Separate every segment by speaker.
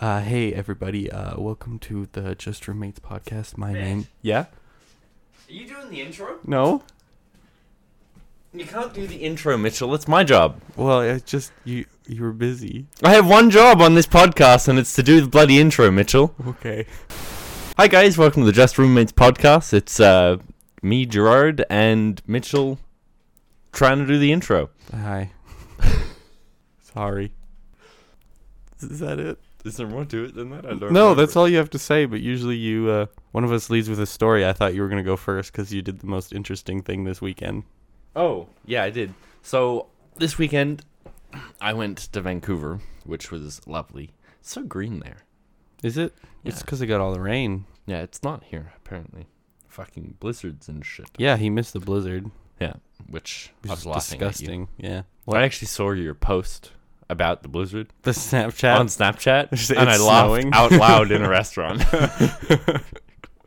Speaker 1: Uh, hey everybody, uh, welcome to the Just Roommates podcast. My
Speaker 2: Fish.
Speaker 1: name, yeah,
Speaker 2: Are you doing the intro?
Speaker 1: no,
Speaker 2: You can't do the intro, Mitchell. It's my job.
Speaker 1: well, it's just you. You were busy.
Speaker 2: I have one job on this podcast, and it's to do the bloody intro, Mitchell.
Speaker 1: Okay.
Speaker 2: Hi, guys. Welcome to the Just Roommates podcast. It's uh, me, Gerard, and Mitchell trying to do the intro.
Speaker 1: Hi. Sorry. Is that it?
Speaker 2: Is there more to it than that? I
Speaker 1: No, that's all you have to say. But usually, you uh, one of us leads with a story. I thought you were gonna go first because you did the most interesting thing this weekend.
Speaker 2: Oh, yeah, I did. So this weekend, I went to Vancouver, which was lovely. It's so green there.
Speaker 1: Is it? It's
Speaker 2: Yeah.
Speaker 1: because I got all the rain.
Speaker 2: Yeah, it's not here apparently. Fucking blizzards and shit.
Speaker 1: Yeah, he missed the blizzard.
Speaker 2: Yeah, which
Speaker 1: It
Speaker 2: I was
Speaker 1: was
Speaker 2: laughing at you.
Speaker 1: disgusting. Yeah.
Speaker 2: I actually saw your post about the blizzard
Speaker 1: The Snapchat.
Speaker 2: on Snapchat,
Speaker 1: It's
Speaker 2: and I
Speaker 1: snowing.
Speaker 2: laughed out loud in a restaurant.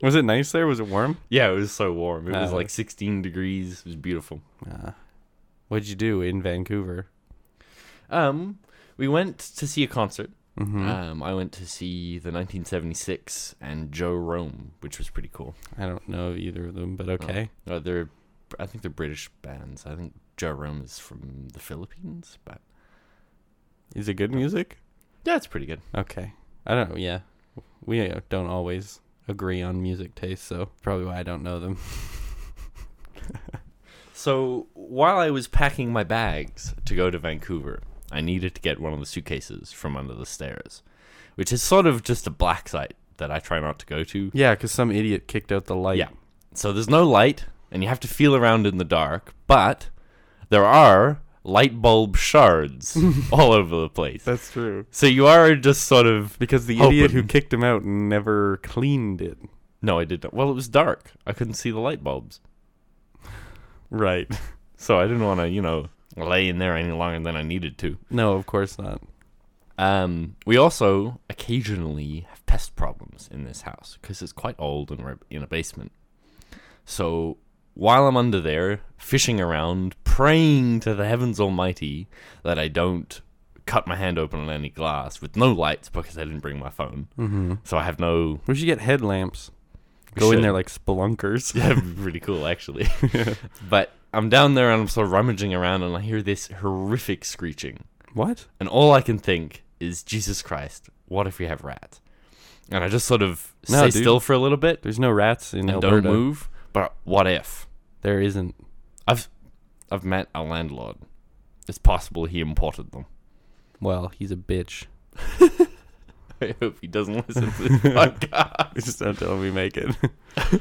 Speaker 1: was it nice there? Was it warm?
Speaker 2: yeah, it was so warm. It was
Speaker 1: Ah.
Speaker 2: like 16 degrees. It was beautiful.
Speaker 1: Uh, what'd you do in Vancouver?
Speaker 2: Um, we went to see a concert.
Speaker 1: Mm-hmm.
Speaker 2: Um, I went to see the 1976 and Joe Rome, which was pretty cool.
Speaker 1: I don't know of either of them, but okay.
Speaker 2: Uh, they're, I think they're British bands. I think Joe Rome is from the Philippines, but
Speaker 1: Is it good music?
Speaker 2: yeah, it's pretty good.
Speaker 1: Okay. I don't know. Yeah. We uh, don't always agree on music taste, so probably why I don't know them.
Speaker 2: So while I was packing my bags to go to Vancouver, I needed to get one of the suitcases from under the stairs, which is sort of just a black site that I try not to go to.
Speaker 1: Yeah, because some idiot kicked out the light.
Speaker 2: Yeah. So there's no light, and you have to feel around in the dark, but there are light bulb shards all over the place.
Speaker 1: That's true.
Speaker 2: So you are just sort of
Speaker 1: Because the
Speaker 2: Open.
Speaker 1: idiot who kicked him out never cleaned it.
Speaker 2: no, I did not. Well, it was dark. I couldn't see the light bulbs,
Speaker 1: Right.
Speaker 2: so I didn't want to, you know, lay in there any longer than I needed to.
Speaker 1: No, of course not.
Speaker 2: Um, we also occasionally have pest problems in this house because it's quite old and we're in a basement. So while I'm under there, fishing around, praying to the heavens almighty that I don't cut my hand open on any glass with no lights because I didn't bring my phone.
Speaker 1: Mm-hmm.
Speaker 2: So I have no.
Speaker 1: We should get headlamps.
Speaker 2: We
Speaker 1: Go in
Speaker 2: should.
Speaker 1: there like spelunkers.
Speaker 2: Yeah, it'd be pretty cool actually. But I'm down there and I'm sort of rummaging around and I hear this horrific screeching.
Speaker 1: What?
Speaker 2: And all I can think is, Jesus Christ, what if we have rats? And I just sort of
Speaker 1: No,
Speaker 2: stay
Speaker 1: dude.
Speaker 2: still for a little bit
Speaker 1: There's no rats in
Speaker 2: and
Speaker 1: Alberta.
Speaker 2: don't move. But what if?
Speaker 1: There isn't.
Speaker 2: I've I've met a landlord. It's possible he imported them.
Speaker 1: Well, he's a bitch.
Speaker 2: I hope he doesn't listen to this podcast.
Speaker 1: Just until we make it.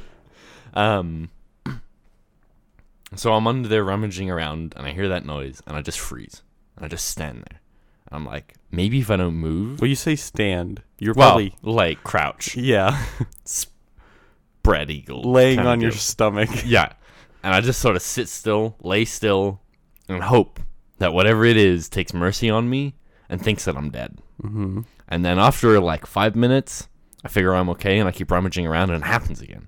Speaker 2: Um, so I'm under there rummaging around, and I hear that noise, and I just freeze, and I just stand there. I'm like, maybe if I don't move,
Speaker 1: Well, you say stand. You're
Speaker 2: well,
Speaker 1: probably
Speaker 2: like crouch,
Speaker 1: yeah,
Speaker 2: spread eagle,
Speaker 1: laying
Speaker 2: kinda
Speaker 1: on your
Speaker 2: deal.
Speaker 1: stomach.
Speaker 2: Yeah. And I just sort of sit still, lay still, and hope that whatever it is takes mercy on me and thinks that I'm dead.
Speaker 1: Mm-hmm.
Speaker 2: And then after like five minutes, I figure I'm okay and I keep rummaging around and it happens again.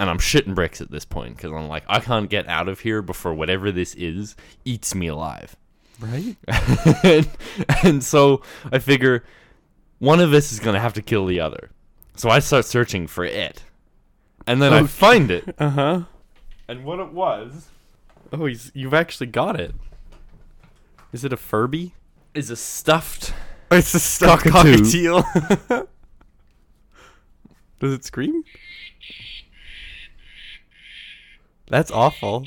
Speaker 2: And I'm shitting bricks at this point because I'm like, I can't get out of here before whatever this is eats me alive.
Speaker 1: Right?
Speaker 2: and, and so I figure one of us is going to have to kill the other. So I start searching for it. And then I
Speaker 1: Okay.
Speaker 2: find it.
Speaker 1: Uh huh.
Speaker 2: And what it was
Speaker 1: Oh, he's, you've actually got it. Is it a Furby?
Speaker 2: is a stuffed.
Speaker 1: It's a stuck
Speaker 2: Cockatoo.
Speaker 1: cockatiel. Does it scream? That's awful.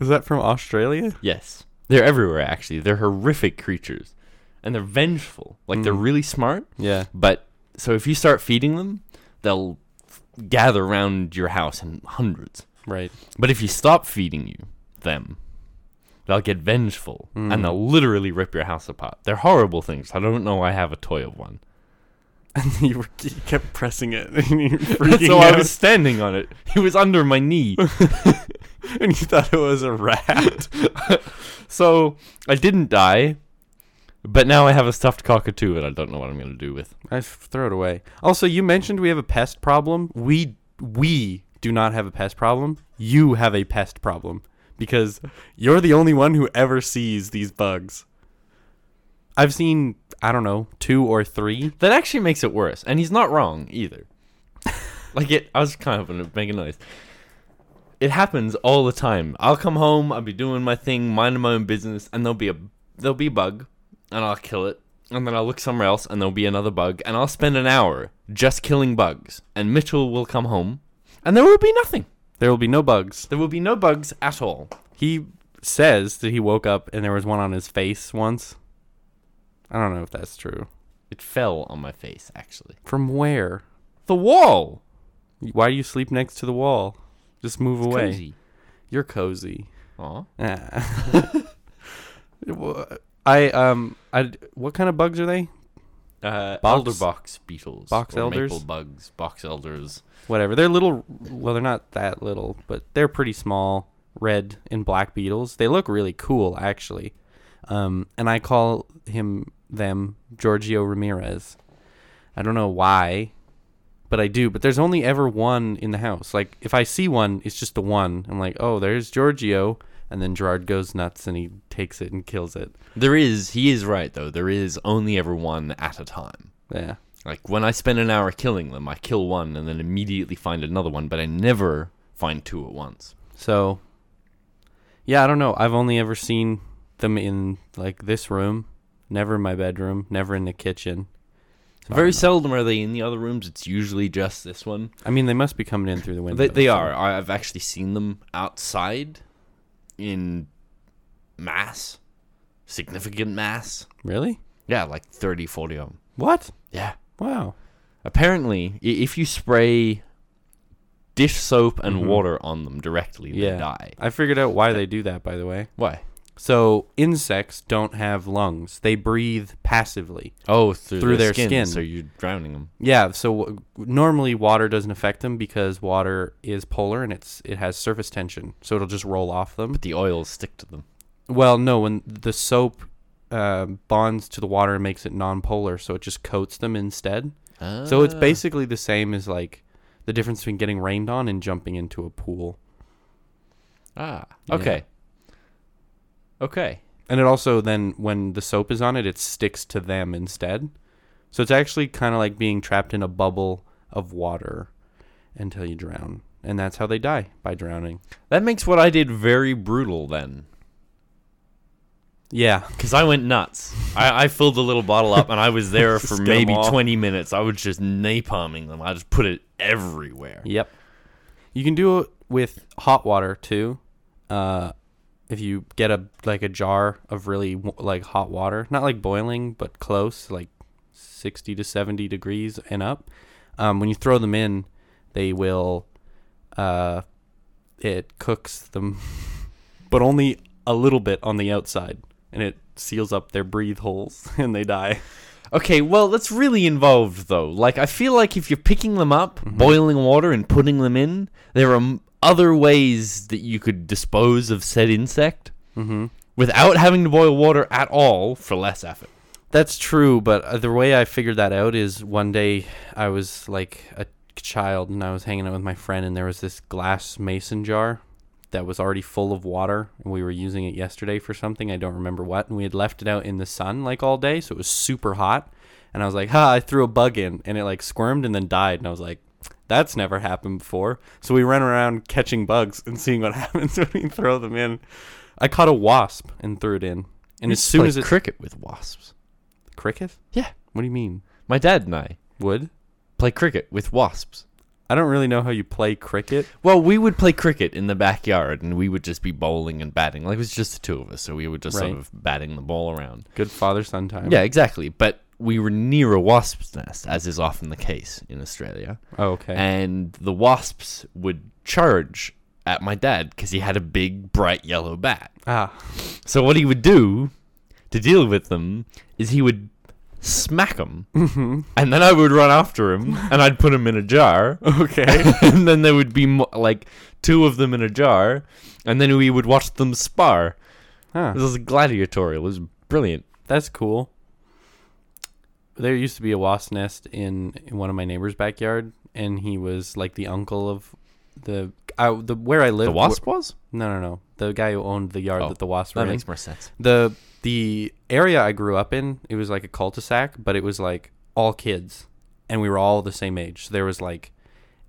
Speaker 1: Is that from Australia?
Speaker 2: Yes, they're everywhere. Actually, they're horrific creatures, and they're vengeful. Like they're
Speaker 1: Mm.
Speaker 2: really smart,
Speaker 1: Yeah.
Speaker 2: but so if you start feeding them, they'll gather around your house in hundreds.
Speaker 1: Right.
Speaker 2: But if you stop feeding you them, they'll get vengeful
Speaker 1: Mm.
Speaker 2: and they'll literally rip your house apart. They're horrible things. I don't know. why I have a toy of one.
Speaker 1: And you, were, you kept pressing it, and you were freaking
Speaker 2: so I
Speaker 1: out.
Speaker 2: was standing on it. It was under my knee.
Speaker 1: and you thought it was a rat.
Speaker 2: So I didn't die, but now I have a stuffed cockatoo and I don't know what I'm gonna do with.
Speaker 1: I f- throw it away. Also, you mentioned we have a pest problem. We we do not have a pest problem. You have a pest problem because you're the only one who ever sees these bugs. I've seen I don't know two or three.
Speaker 2: That actually makes it worse, and he's not wrong either. like it, I was kind of gonna make a noise. It happens all the time. I'll come home, I'll be doing my thing, minding my own business, and there'll be a there'll be a bug, and I'll kill it, and then I'll look somewhere else, and there'll be another bug, and I'll spend an hour just killing bugs, and Mitchell will come home, and there will be nothing.
Speaker 1: There will be no bugs.
Speaker 2: There will be no bugs at all.
Speaker 1: He says that he woke up and there was one on his face once. I don't know if that's true.
Speaker 2: It fell on my face, actually.
Speaker 1: From where?
Speaker 2: The wall.
Speaker 1: Why do you sleep next to the wall? Just move away.
Speaker 2: Crazy.
Speaker 1: You're cozy.
Speaker 2: Aw.
Speaker 1: Ah. Wha- I um I what kind of bugs are they?
Speaker 2: Uh,
Speaker 1: Box-
Speaker 2: Elderbox beetles.
Speaker 1: box
Speaker 2: or
Speaker 1: elders?
Speaker 2: Maple bugs. Box elders.
Speaker 1: Whatever. They're little well they're not that little, but they're pretty small red and black beetles. They look really cool actually. Um and I call him them Giorgio Ramirez. I don't know why, but I do. But there's only ever one in the house. Like if I see one, it's just the one. I'm like, "Oh, there's Giorgio." And then Gerard goes nuts and he takes it and kills it.
Speaker 2: There is, he is right though, there is only ever one at a time.
Speaker 1: Yeah.
Speaker 2: Like when I spend an hour killing them, I kill one and then immediately find another one, but I never find two at once.
Speaker 1: So, yeah, I don't know. I've only ever seen them in like this room, never in my bedroom, never in the kitchen. So I
Speaker 2: Very
Speaker 1: don't know.
Speaker 2: seldom are they in the other rooms, it's usually just this one.
Speaker 1: I mean, they must be coming in through the window.
Speaker 2: They, they
Speaker 1: so-
Speaker 2: are. I- I've actually seen them outside in mass, significant mass.
Speaker 1: Really?
Speaker 2: Yeah, like 30, 40 of them.
Speaker 1: What?
Speaker 2: Yeah.
Speaker 1: Wow.
Speaker 2: Apparently, i- if you spray dish soap and
Speaker 1: Mhm.
Speaker 2: water on them directly, they
Speaker 1: Yeah.
Speaker 2: die.
Speaker 1: I figured out why they do that, by the way.
Speaker 2: Why?
Speaker 1: So, insects don't have lungs, they breathe passively.
Speaker 2: Oh, through,
Speaker 1: Through their skin.
Speaker 2: So you're drowning them.
Speaker 1: Yeah, so w- normally water doesn't affect them because water is polar and it's it has surface tension, so it'll just roll off them.
Speaker 2: The oils stick to them.
Speaker 1: Well, no, when the soap uh, bonds to the water and makes it nonpolar, so it just coats them instead. So it's
Speaker 2: Ah.
Speaker 1: basically the same as like the difference between getting rained on and jumping into a pool.
Speaker 2: Ah.
Speaker 1: Yeah.
Speaker 2: Okay. Okay.
Speaker 1: And it also then when the soap is on it, it sticks to them instead. So it's actually kind of like being trapped in a bubble of water until you drown. And that's how they die by drowning.
Speaker 2: That makes what I did very brutal then.
Speaker 1: Yeah.
Speaker 2: Because I went nuts. I, I filled the little bottle up and I was there
Speaker 1: Just
Speaker 2: for
Speaker 1: get 'em
Speaker 2: maybe
Speaker 1: all.
Speaker 2: 20 minutes. I was just napalming them. I just put it everywhere.
Speaker 1: Yep. You can do it with hot water too. Uh, if you get a like a jar of really w- like hot water, not like boiling, but close, like sixty to seventy degrees and up. Um, when you throw them in, they will. Uh, it cooks them, but only a little bit on the outside, and it seals up their breathe holes, and they die.
Speaker 2: Okay, well, that's really involved though. Like, I feel like if you're picking them up,
Speaker 1: Mm-hmm.
Speaker 2: boiling water, and putting them in, there are m- other ways that you could dispose of said insect
Speaker 1: Mm-hmm.
Speaker 2: without having to boil water at all for less effort.
Speaker 1: That's true, but uh, the way I figured that out is one day I was like a child and I was hanging out with my friend, and there was this glass mason jar that was already full of water, and we were using it yesterday for something. I don't remember what. And we had left it out in the sun like all day, so it was super hot. And I was like, ha, I threw a bug in, and it like squirmed and then died. And I was like, that's never happened before. So we ran around catching bugs and seeing what happens when we throw them in. I caught a wasp and threw it in. And as soon as it
Speaker 2: cricket with wasps,
Speaker 1: cricket?
Speaker 2: Yeah.
Speaker 1: What do you mean?
Speaker 2: my dad and I
Speaker 1: Would?
Speaker 2: play cricket with wasps.
Speaker 1: I don't really know how you play cricket.
Speaker 2: Well, we would play cricket in the backyard, and we would just be bowling and batting. Like it was just the two of us, so we were just sort
Speaker 1: Right.
Speaker 2: of batting the ball around.
Speaker 1: Good father son time.
Speaker 2: Yeah, exactly. But we were near a wasp's nest, as is often the case in Australia.
Speaker 1: Oh, okay.
Speaker 2: and the wasps would charge at my dad because he had a big bright yellow bat.
Speaker 1: ah.
Speaker 2: So what he would do to deal with them is he would smack them, and then I would run after him, and I'd put him in a jar,
Speaker 1: Okay.
Speaker 2: and then there would be mo- like two of them in a jar, and then we would watch them spar.
Speaker 1: huh.
Speaker 2: This was gladiatorial. It was brilliant.
Speaker 1: That's cool. There used to be a wasp nest in, in one of my neighbor's backyard, and he was like the uncle of the I, the where I lived.
Speaker 2: The wasp was?
Speaker 1: No, no, no. The guy who owned the yard
Speaker 2: Oh,
Speaker 1: that the wasp
Speaker 2: That
Speaker 1: were in.
Speaker 2: makes more sense.
Speaker 1: The the area I grew up in, it was like a cul-de-sac, but it was like all kids, and we were all the same age. So there was like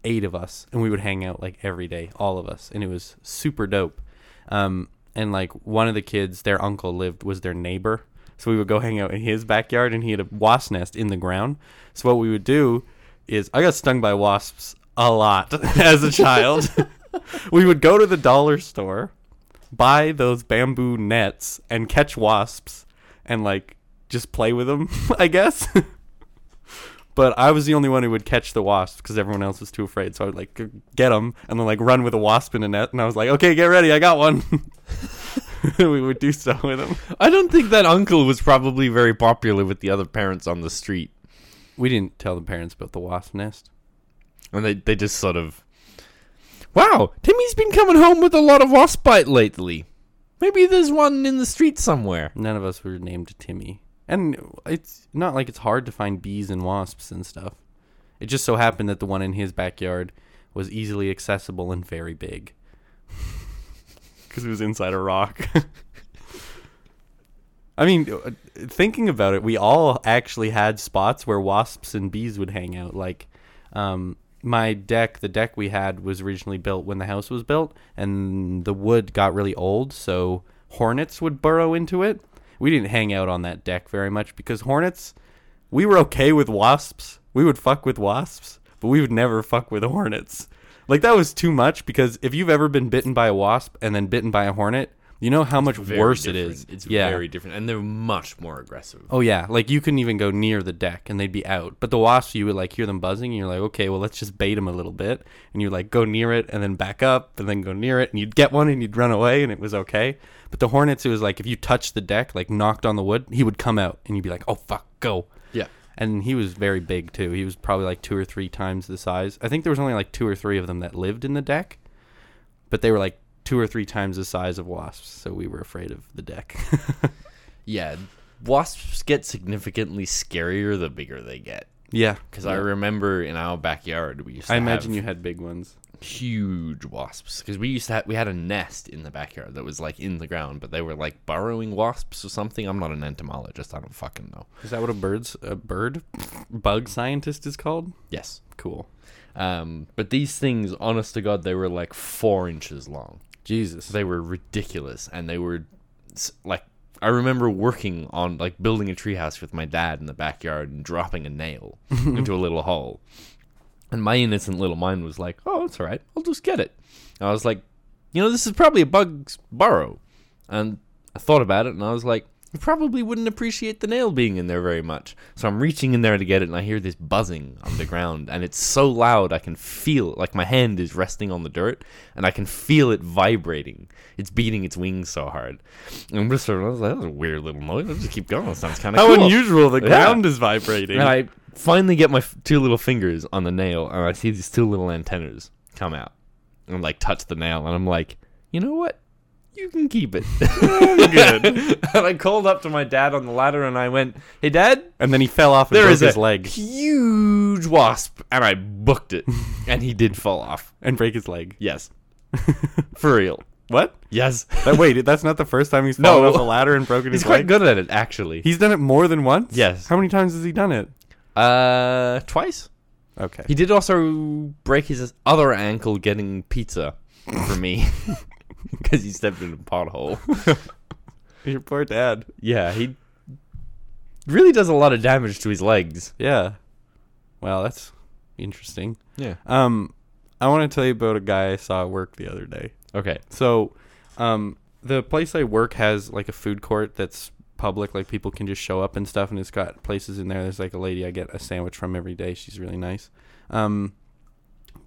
Speaker 1: eight of us, and we would hang out like every day, all of us, and it was super dope. Um, and like one of the kids, their uncle lived was their neighbor, so we would go hang out in his backyard, and he had a wasp nest in the ground. So what we would do is, I got stung by wasps a lot as a child. we would go to the dollar store buy those bamboo nets and catch wasps and like just play with them, I guess. but I was the only one who would catch the wasps because everyone else was too afraid. So I would like g- get them and then like run with a wasp in a net, and I was like, "Okay, get ready, I got one." we would do so with them.
Speaker 2: I don't think that uncle was probably very popular with the other parents on the street.
Speaker 1: We didn't tell the parents about the wasp nest.
Speaker 2: And they, they just sort of. Wow, Timmy's been coming home with a lot of wasp bite lately. Maybe there's one in the street somewhere.
Speaker 1: None of us were named Timmy, and it's not like it's hard to find bees and wasps and stuff. It just so happened that the one in his backyard was easily accessible and very big. Because it was inside a rock. I mean, uh, thinking about it, we all actually had spots where wasps and bees would hang out. Like, um, my deck, the deck we had was originally built when the house was built, and the wood got really old, so hornets would burrow into it. We didn't hang out on that deck very much because hornets, we were okay with wasps. We would fuck with wasps, but we would never fuck with hornets. Like that was too much because if you've ever been bitten by a wasp and then bitten by a hornet, you know how much worse it is.
Speaker 2: It's
Speaker 1: Yeah.
Speaker 2: very different. And they're much more aggressive.
Speaker 1: Oh yeah, like you couldn't even go near the deck and they'd be out. But the wasps, you would like hear them buzzing, and you're like, okay, well let's just bait them a little bit, and you like go near it and then back up and then go near it, and you'd get one and you'd run away, and it was okay. But the hornets, it was like if you touched the deck, like knocked on the wood, he would come out, and you'd be like, oh fuck, go.
Speaker 2: Yeah.
Speaker 1: And he was very big too. He was probably like two or three times the size. I think there was only like two or three of them that lived in the deck, but they were like two or three times the size of wasps, so we were afraid of the deck.
Speaker 2: Yeah. Wasps get significantly scarier the bigger they get.
Speaker 1: yeah,
Speaker 2: Because I remember in our backyard, we used to
Speaker 1: I imagine
Speaker 2: have
Speaker 1: you had big ones.
Speaker 2: huge wasps. Because we used to have, we had a nest in the backyard that was like in the ground, but they were like burrowing wasps or something. I'm not an entomologist. I don't fucking know.
Speaker 1: Is that what a bird's a bird bug scientist is called?
Speaker 2: Yes.
Speaker 1: Cool.
Speaker 2: Um, but these things, honest to God, they were like four inches long.
Speaker 1: Jesus.
Speaker 2: They were ridiculous, and they were s- like I remember working on like building a treehouse with my dad in the backyard and dropping a nail into a little hole, and my innocent little mind was like, "Oh, it's all right. I'll just get it." And I was like, "You know, this is probably a bug's burrow," and I thought about it, and I was like. I probably wouldn't appreciate the nail being in there very much. So I'm reaching in there to get it, and I hear this buzzing on the ground, and it's so loud I can feel like my hand is resting on the dirt, and I can feel it vibrating. It's beating its wings so hard. And I'm just sort of I was like, that was a weird little noise. I'll just keep going. That sounds kind of
Speaker 1: How
Speaker 2: cool.
Speaker 1: unusual! The
Speaker 2: Yeah.
Speaker 1: ground is vibrating.
Speaker 2: And I finally get my f- two little fingers on the nail, and I see these two little antennas come out and like touch the nail, and I'm like, you know what? You can keep it. and I called up to my dad on the ladder, and I went, "Hey, Dad,
Speaker 1: and then he fell off and
Speaker 2: there
Speaker 1: broke
Speaker 2: is
Speaker 1: his
Speaker 2: a
Speaker 1: leg
Speaker 2: huge wasp," and I booked it, and he did fall off.
Speaker 1: and break his leg.
Speaker 2: Yes, for real.
Speaker 1: What?
Speaker 2: Yes,
Speaker 1: That, wait, that's not the first time he's
Speaker 2: No.
Speaker 1: fallen off a ladder and broken
Speaker 2: he's
Speaker 1: his
Speaker 2: quite
Speaker 1: leg.
Speaker 2: good at it actually.
Speaker 1: He's done it more than once.
Speaker 2: Yes.
Speaker 1: How many times has he done it?
Speaker 2: Uh, twice.
Speaker 1: Okay.
Speaker 2: He did also break his other ankle getting pizza from me because he stepped in a pothole.
Speaker 1: Your poor dad.
Speaker 2: Yeah, he really does a lot of damage to his legs.
Speaker 1: Yeah. Well, that's interesting.
Speaker 2: Yeah.
Speaker 1: Um, I want to tell you about a guy I saw at work the other day.
Speaker 2: Okay.
Speaker 1: So, um, the place I work has like a food court that's public, like people can just show up and stuff, and it's got places in there. There's like a lady I get a sandwich from every day. She's really nice. Um,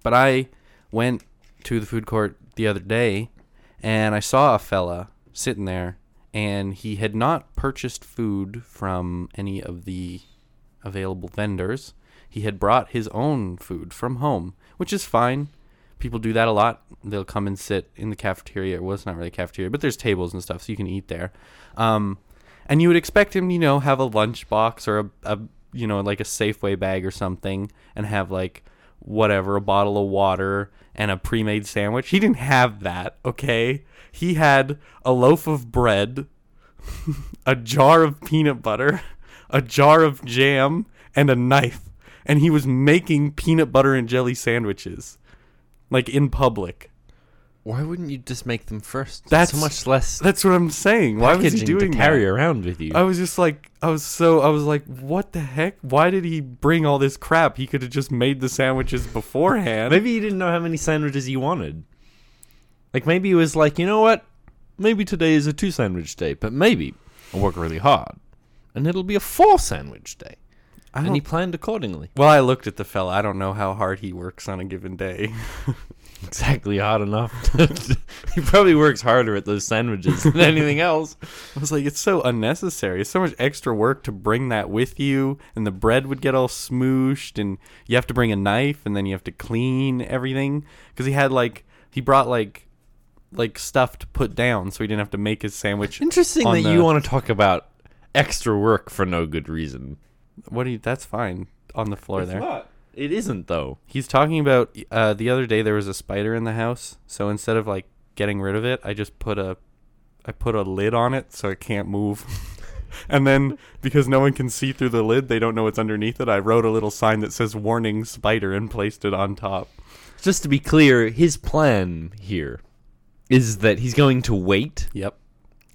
Speaker 1: but I went to the food court the other day, and I saw a fella sitting there, and he had not purchased food from any of the available vendors. He had brought his own food from home, which is fine. People do that a lot. They'll come and sit in the cafeteria. Well, it's not really a cafeteria, but there's tables and stuff, so you can eat there. Um, and you would expect him, you know, have a lunchbox or a, a, you know, like a Safeway bag or something, and have like whatever, a bottle of water and a pre-made sandwich. He didn't have that, okay? He had a loaf of bread, a jar of peanut butter, a jar of jam, and a knife. And he was making peanut butter and jelly sandwiches. Like in public.
Speaker 2: Why wouldn't you just make them first?
Speaker 1: That's-
Speaker 2: That's so much less
Speaker 1: That's what I'm saying. Why was he
Speaker 2: packaging
Speaker 1: doing
Speaker 2: to carry
Speaker 1: that?
Speaker 2: around with you.
Speaker 1: I was just like, I was so, I was like, what the heck? Why did he bring all this crap? He could have just made the sandwiches beforehand.
Speaker 2: Maybe you didn't know how many sandwiches you wanted. Like maybe it was like, you know what? Maybe today is a two sandwich day, but maybe I'll work really hard. And it'll be a four sandwich day.
Speaker 1: I
Speaker 2: And
Speaker 1: don't-
Speaker 2: he planned accordingly.
Speaker 1: well, I looked at the fella. I don't know how hard he works on a given day.
Speaker 2: Exactly hard enough. he probably works harder at those sandwiches than anything else.
Speaker 1: I was like, it's so unnecessary. It's so much extra work to bring that with you, and the bread would get all smooshed, and you have to bring a knife, and then you have to clean everything. Because he had like, he brought like, like stuff to put down, so he didn't have to make his sandwich.
Speaker 2: Interesting
Speaker 1: On
Speaker 2: that
Speaker 1: the-
Speaker 2: you want to talk about extra work for no good reason.
Speaker 1: What do you? That's fine on the floor there.
Speaker 2: not. It isn't though.
Speaker 1: He's talking about uh, the other day there was a spider in the house, so instead of like getting rid of it, I just put a I put a lid on it so it can't move. and then because no one can see through the lid, they don't know what's underneath it. I wrote a little sign that says warning spider and placed it on top.
Speaker 2: Just to be clear, his plan here is that he's going to wait
Speaker 1: Yep.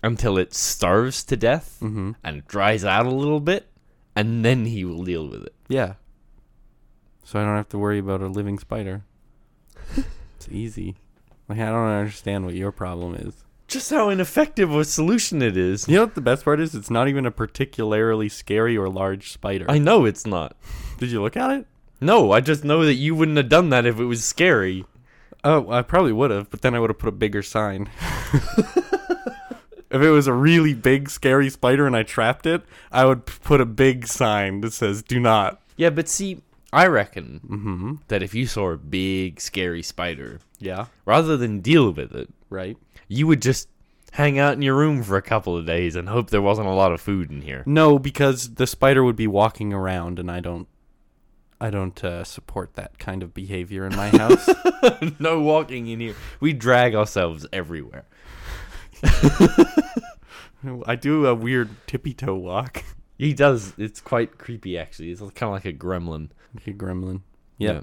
Speaker 2: until it starves to death
Speaker 1: Mm-hmm.
Speaker 2: and dries out a little bit, and then he will deal with it.
Speaker 1: Yeah. So I don't have to worry about a living spider. it's easy. Like I don't understand what your problem is.
Speaker 2: Just how ineffective a solution it is.
Speaker 1: You know what the best part is? It's not even a particularly scary or large spider.
Speaker 2: I know it's not.
Speaker 1: Did you look at it?
Speaker 2: No, I just know that you wouldn't have done that if it was scary.
Speaker 1: Oh, I probably would have, but then I would have put a bigger sign. if it was a really big, scary spider and I trapped it, I would p- put a big sign that says "Do not."
Speaker 2: Yeah, but see, I reckon
Speaker 1: Mm-hmm.
Speaker 2: that if you saw a big, scary spider,
Speaker 1: Yeah.
Speaker 2: rather than deal with it,
Speaker 1: Right.
Speaker 2: you would just hang out in your room for a couple of days and hope there wasn't a lot of food in here.
Speaker 1: No, because the spider would be walking around, and I don't, I don't uh, support that kind of behavior in my house.
Speaker 2: no walking in here. We drag ourselves everywhere.
Speaker 1: I do a weird tippy toe walk,
Speaker 2: He does. It's quite creepy, actually. It's kind of like a gremlin.
Speaker 1: like a gremlin. Yeah.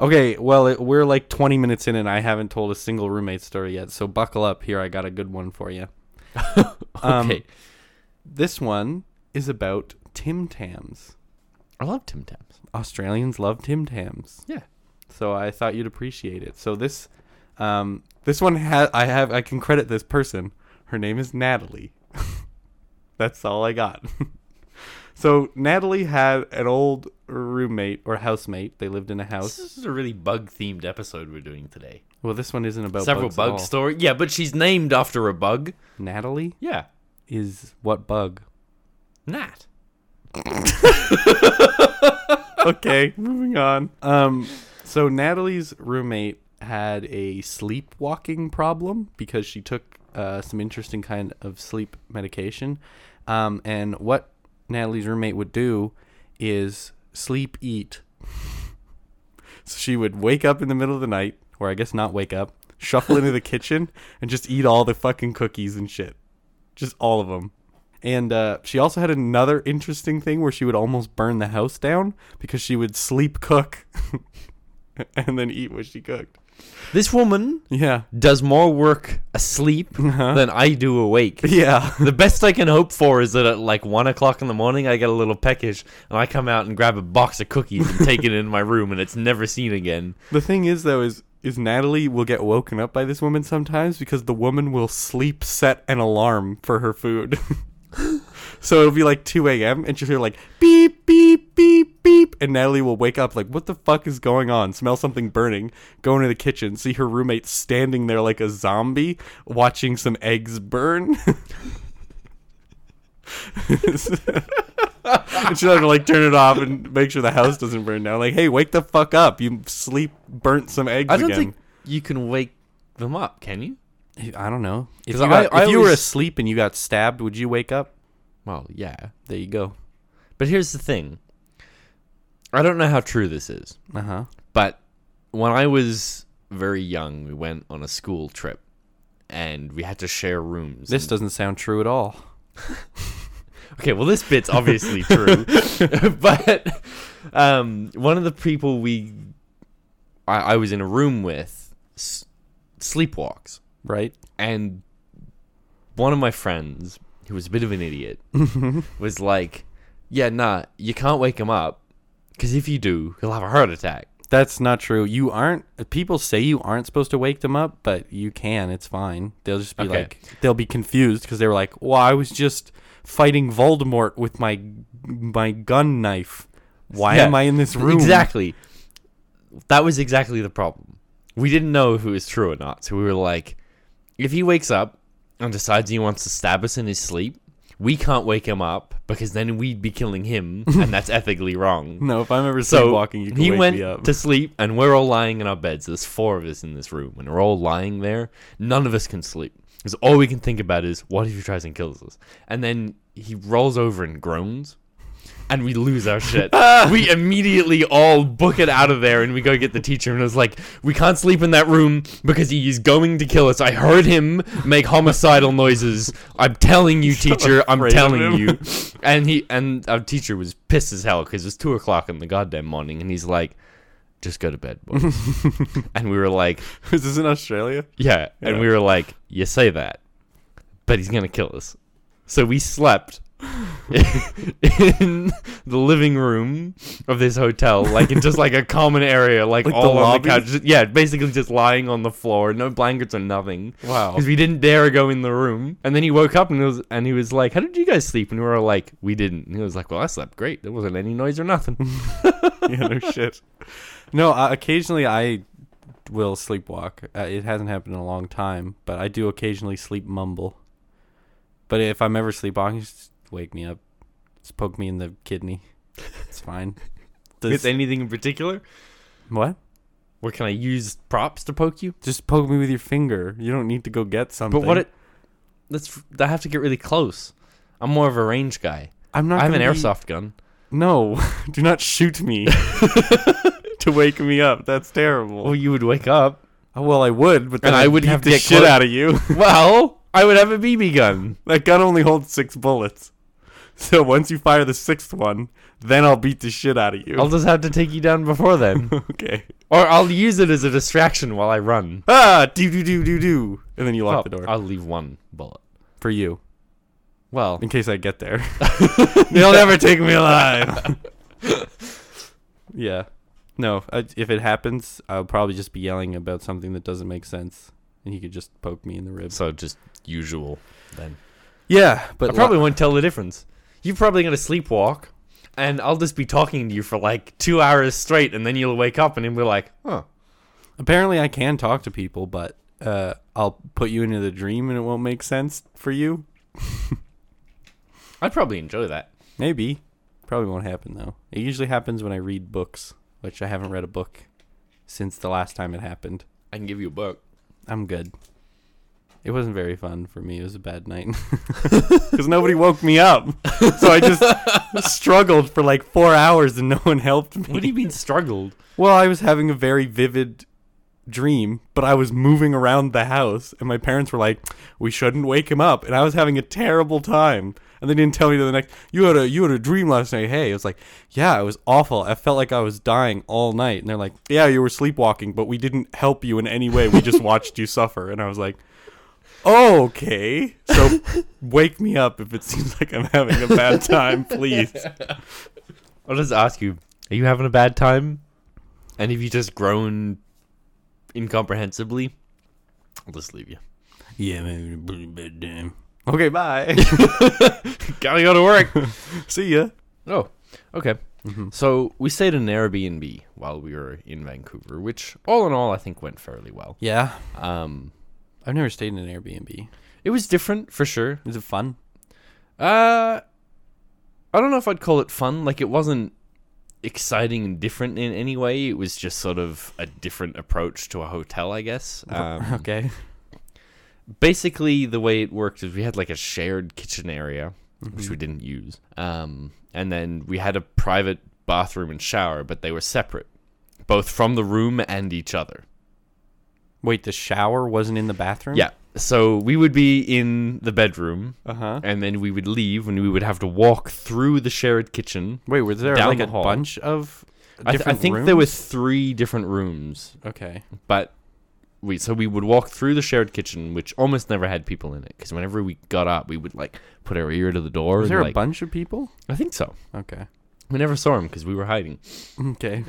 Speaker 1: Okay, well, it, we're like 20 minutes in, and I haven't told a single roommate story yet. So buckle up here. I got a good one for you. Um,
Speaker 2: okay.
Speaker 1: This one is about Tim Tams.
Speaker 2: I love Tim Tams.
Speaker 1: Australians love Tim Tams.
Speaker 2: Yeah.
Speaker 1: So I thought you'd appreciate it. So this, um, this one ha- I have I can credit this person. Her name is Natalie. That's all I got. so Natalie had an old roommate or housemate. They lived in a house.
Speaker 2: This is a really bug themed episode we're doing today.
Speaker 1: Well, this one isn't about
Speaker 2: Several
Speaker 1: Oh, bugs at
Speaker 2: bug
Speaker 1: all.
Speaker 2: stories. Yeah, but she's named after a bug.
Speaker 1: Natalie
Speaker 2: Yeah.
Speaker 1: is what bug?
Speaker 2: Nat.
Speaker 1: okay, moving on. Um, so Natalie's roommate had a sleepwalking problem because she took uh, some interesting kind of sleep medication. Um, and what Natalie's roommate would do is sleep eat. So she would wake up in the middle of the night, or I guess not wake up, shuffle into the kitchen and just eat all the fucking cookies and shit. Just all of them. And uh, she also had another interesting thing where she would almost burn the house down because she would sleep cook and then eat what she cooked.
Speaker 2: This woman
Speaker 1: Yeah.
Speaker 2: does more work asleep
Speaker 1: Uh-huh.
Speaker 2: than I do awake.
Speaker 1: Yeah.
Speaker 2: The best I can hope for is that at like one o'clock in the morning, I get a little peckish and I come out and grab a box of cookies and take it in my room and it's never seen again.
Speaker 1: The thing is, though, is is Natalie will get woken up by this woman sometimes because the woman will sleep set an alarm for her food. so it'll be like 2 a.m. and she'll hear like beep, beep, beep, beep. And Natalie will wake up like, what the fuck is going on? Smell something burning. Go into the kitchen, see her roommate standing there like a zombie watching some eggs burn. and she'll have to like turn it off and make sure the house doesn't burn down. Like, hey, wake the fuck up! You sleep burnt some eggs
Speaker 2: I don't
Speaker 1: again.
Speaker 2: think you can wake them up, can you?
Speaker 1: I don't know. If
Speaker 2: 'Cause
Speaker 1: you,
Speaker 2: I-
Speaker 1: got-
Speaker 2: I
Speaker 1: if you were
Speaker 2: always-
Speaker 1: asleep and you got stabbed, would you wake up?
Speaker 2: Well, yeah.
Speaker 1: There you go.
Speaker 2: But here's the thing. I don't know how true this is,
Speaker 1: Uh huh.
Speaker 2: But when I was very young, we went on a school trip and we had to share rooms.
Speaker 1: This
Speaker 2: and-
Speaker 1: doesn't sound true at all.
Speaker 2: Okay, well, this bit's obviously true, but um, one of the people we I, I was in a room with s- sleepwalks,
Speaker 1: Right?
Speaker 2: and one of my friends who was a bit of an idiot was like, "Yeah, nah, you can't wake him up because if you do, he'll have a heart attack."
Speaker 1: That's not true. You aren't. People say you aren't supposed to wake them up, but you can. It's fine. They'll just be
Speaker 2: Okay.
Speaker 1: like, they'll be confused because they were like, "Well, I was just fighting Voldemort with my my gun knife. Why
Speaker 2: Yeah.
Speaker 1: am I in this room?"
Speaker 2: Exactly. That was exactly the problem. We didn't know if it was true or not, so we were like, if he wakes up and decides he wants to stab us in his sleep, we can't wake him up because then we'd be killing him, and that's ethically wrong.
Speaker 1: No, if I'm ever
Speaker 2: So
Speaker 1: sleepwalking, you can
Speaker 2: he
Speaker 1: wake
Speaker 2: went
Speaker 1: me up.
Speaker 2: to sleep, and we're all lying in our beds. There's four of us in this room, and we're all lying there. None of us can sleep because all we can think about is what if he tries and kills us? And then he rolls over and groans, and we lose our shit. we immediately all book it out of there, and we go get the teacher, and it's like, we can't sleep in that room because he is going to kill us. I heard him make homicidal noises. I'm telling you, teacher. I'm
Speaker 1: afraid of
Speaker 2: telling
Speaker 1: him.
Speaker 2: you. And he and our teacher was pissed as hell because it's two o'clock in the goddamn morning, and he's like, "Just go to bed, boys." and we were like,
Speaker 1: Is this in Australia?
Speaker 2: yeah. And
Speaker 1: Yeah.
Speaker 2: we were like, you say that, but he's going to kill us. So we slept in the living room of this hotel, like in just like a common area, like,
Speaker 1: Like the
Speaker 2: all on the
Speaker 1: lobby?
Speaker 2: couch. Just- Yeah, basically just lying on the floor, no blankets or nothing.
Speaker 1: Wow.
Speaker 2: Because we didn't dare go in the room. And then he woke up and, it was, and he was like, How did you guys sleep? And we were like, We didn't. And he was like, Well, I slept great. There wasn't any noise or nothing.
Speaker 1: yeah, no shit. No, uh, occasionally I will sleepwalk. Uh, it hasn't happened in a long time, but I do occasionally sleep mumble. But if I'm ever sleepwalking, just wake me up. Just poke me in the kidney. It's fine.
Speaker 2: With
Speaker 1: Does-
Speaker 2: anything in particular?
Speaker 1: what?
Speaker 2: Where can I use props to poke you?
Speaker 1: Just poke me with your finger. You don't need to go get something.
Speaker 2: But what it that's I have to get really close. I'm more of a range guy.
Speaker 1: I'm not.
Speaker 2: I have an
Speaker 1: gonna be-
Speaker 2: airsoft gun.
Speaker 1: No, do not shoot me to wake me up. That's terrible.
Speaker 2: Well, you would wake up.
Speaker 1: Oh, Well, I would, but then
Speaker 2: And I
Speaker 1: I'd
Speaker 2: would
Speaker 1: beat
Speaker 2: have to
Speaker 1: the
Speaker 2: get
Speaker 1: shit
Speaker 2: clo-
Speaker 1: out of you.
Speaker 2: well, I would have a BB gun.
Speaker 1: That gun only holds six bullets. So once you fire the sixth one, then I'll beat the shit out of you.
Speaker 2: I'll just have to take you down before then,
Speaker 1: okay.
Speaker 2: or I'll use it as a distraction while I run.
Speaker 1: Ah, do do do do do, and then you lock
Speaker 2: Well,
Speaker 1: the door
Speaker 2: I'll leave one bullet.
Speaker 1: for you
Speaker 2: Well,
Speaker 1: in case I get there. They'll never take me alive. yeah. No, I, if it happens, I'll probably just be yelling about something that doesn't make sense, and he could just poke me in the ribs.
Speaker 2: so just usual then.
Speaker 1: Yeah, but
Speaker 2: I probably won't tell the difference. You're probably gonna sleepwalk, and I'll just be talking to you for like two hours straight, and then you'll wake up and you'll be like, "Huh."
Speaker 1: Apparently, I can talk to people, but uh, I'll put you into the dream, and it won't make sense for you.
Speaker 2: I'd probably enjoy that.
Speaker 1: Maybe. Probably won't happen though. It usually happens when I read books, which I haven't read a book since the last time it happened.
Speaker 2: I can give you a book.
Speaker 1: I'm good. It wasn't very fun for me. It was a bad night. Because nobody woke me up. So I just struggled for like four hours and no one helped me.
Speaker 2: What do you mean struggled?
Speaker 1: Well, I was having a very vivid dream, but I was moving around the house, and my parents were like, "We shouldn't wake him up," and I was having a terrible time. And they didn't tell me to the next. You had a you had a dream last night. Hey, it was like, yeah, it was awful. I felt like I was dying all night. And they're like, yeah, you were sleepwalking, but we didn't help you in any way. We just watched you suffer. And I was like, okay, so wake me up if it seems like I'm having a bad time, please.
Speaker 2: I'll just ask you, are you having a bad time? And if you just groan incomprehensibly, I'll just leave you.
Speaker 1: Yeah, maybe pretty bad damn. Okay, bye.
Speaker 2: Gotta go to work. Mm-hmm.
Speaker 1: See ya.
Speaker 2: oh, okay. So we stayed in an Airbnb while we were in Vancouver, which all in all I think went fairly well.
Speaker 1: Yeah,
Speaker 2: Um,
Speaker 1: I've never stayed in an Airbnb.
Speaker 2: it was different for sure.
Speaker 1: Is it fun?
Speaker 2: Uh, I don't know if I'd call it fun. Like, it wasn't exciting and different in any way. It was just sort of a different approach to a hotel, I guess. Um,
Speaker 1: okay.
Speaker 2: basically, the way it worked is we had like a shared kitchen area, which
Speaker 1: Mm-hmm.
Speaker 2: we didn't use. Um, and then we had a private bathroom and shower, but they were separate. both from the room and each other.
Speaker 1: Wait, the shower wasn't in the bathroom?
Speaker 2: Yeah. So we would be in the bedroom,
Speaker 1: Uh huh.
Speaker 2: and then we would leave, and we would have to walk through the shared kitchen.
Speaker 1: Wait, was there
Speaker 2: Down
Speaker 1: like
Speaker 2: the
Speaker 1: a
Speaker 2: hall.
Speaker 1: bunch of different
Speaker 2: I, th- I think
Speaker 1: rooms?
Speaker 2: there were three different rooms,
Speaker 1: Okay.
Speaker 2: but we so we would walk through the shared kitchen, which almost never had people in it, because whenever we got up, we would like put our ear to the door.
Speaker 1: Was
Speaker 2: and,
Speaker 1: there a
Speaker 2: like-
Speaker 1: bunch of people?
Speaker 2: I think so.
Speaker 1: Okay.
Speaker 2: We never saw him because we were hiding.
Speaker 1: Okay.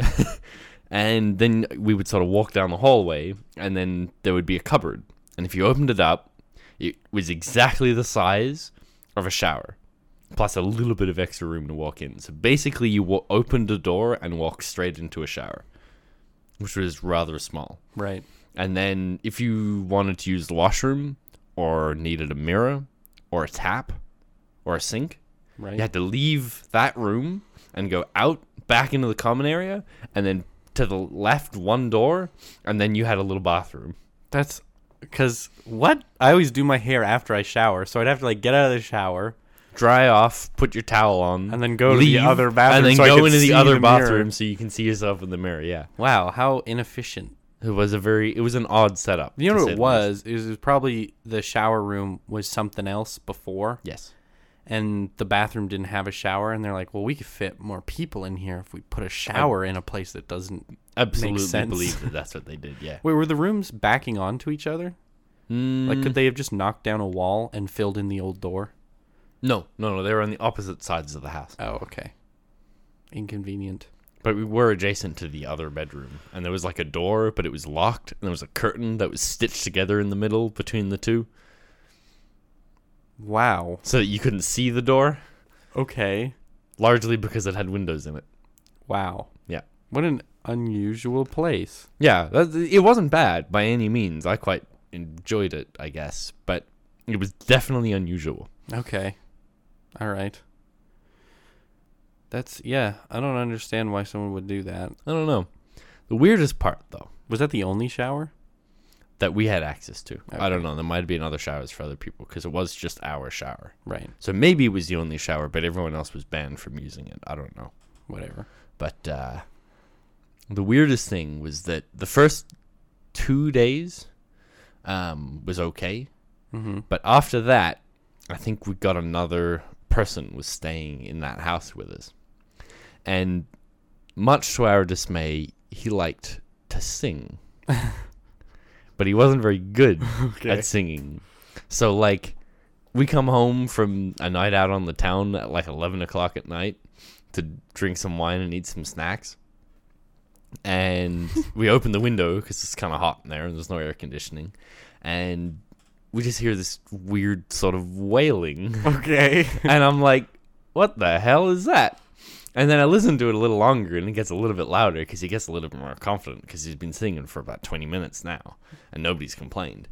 Speaker 2: And then we would sort of walk down the hallway, and then there would be a cupboard. And if you opened it up, it was exactly the size of a shower, plus a little bit of extra room to walk in. So basically, you wa- opened a door and walked straight into a shower, which was rather small.
Speaker 1: right.
Speaker 2: And then if you wanted to use the washroom, or needed a mirror, or a tap, or a sink,
Speaker 1: Right.
Speaker 2: you had to leave that room and go out back into the common area and then to the left one door and then you had a little bathroom.
Speaker 1: That's because what? I always do my hair after I shower, so I'd have to like get out of the shower.
Speaker 2: Dry off, put your towel on,
Speaker 1: And then go to the other bathroom
Speaker 2: and then
Speaker 1: so I
Speaker 2: go
Speaker 1: could
Speaker 2: into
Speaker 1: see
Speaker 2: the other
Speaker 1: the mirror.
Speaker 2: bathroom so you can see yourself in the mirror. Yeah,
Speaker 1: Wow, how inefficient.
Speaker 2: it was a very, it was an odd setup.
Speaker 1: You know
Speaker 2: to
Speaker 1: what
Speaker 2: say
Speaker 1: it
Speaker 2: the least.
Speaker 1: was? Is it was probably the shower room was something else before,
Speaker 2: Yes,
Speaker 1: and the bathroom didn't have a shower, and they're like, well, we could fit more people in here if we put a shower in a place that doesn't.
Speaker 2: absolutely
Speaker 1: sense.
Speaker 2: believe that that's what they did. Yeah, Mm,
Speaker 1: Wait, were the rooms backing onto each other? Like, could they have just knocked down a wall and filled in the old door?
Speaker 2: no, no, no, they were on the opposite sides of the house,
Speaker 1: Oh, okay. Inconvenient.
Speaker 2: but we were adjacent to the other bedroom, and there was like a door, but it was locked, and there was a curtain that was stitched together in the middle between the two.
Speaker 1: Wow.
Speaker 2: so that you couldn't see the door,
Speaker 1: Okay.
Speaker 2: largely because it had windows in it.
Speaker 1: Wow.
Speaker 2: Yeah.
Speaker 1: What an unusual place.
Speaker 2: Yeah, that, it wasn't bad by any means. I quite enjoyed it, I guess, but it was definitely unusual.
Speaker 1: Okay. All right. That's yeah, I don't understand why someone would do that.
Speaker 2: I don't know. The weirdest part, though,
Speaker 1: Was that the only shower?
Speaker 2: that we had access to, I don't
Speaker 1: Okay.
Speaker 2: know. There might be another showers for other people because it was just our shower.
Speaker 1: Right.
Speaker 2: So maybe it was the only shower, but everyone else was banned from using it. I don't know.
Speaker 1: Whatever.
Speaker 2: But uh, the weirdest thing was that the first two days um, was okay.
Speaker 1: Mm-hmm.
Speaker 2: But after that, I think we got another person was staying in that house with us. And much to our dismay, he liked to sing. but he wasn't very good
Speaker 1: Okay.
Speaker 2: at singing. So like we come home from a night out on the town at like eleven o'clock at night to drink some wine and eat some snacks. And we open the window because it's kind of hot in there and there's no air conditioning. And we just hear this weird sort of wailing.
Speaker 1: okay.
Speaker 2: and I'm like, what the hell is that? And then I listen to it a little longer and it gets a little bit louder because he gets a little bit more confident because he's been singing for about 20 minutes now and nobody's complained.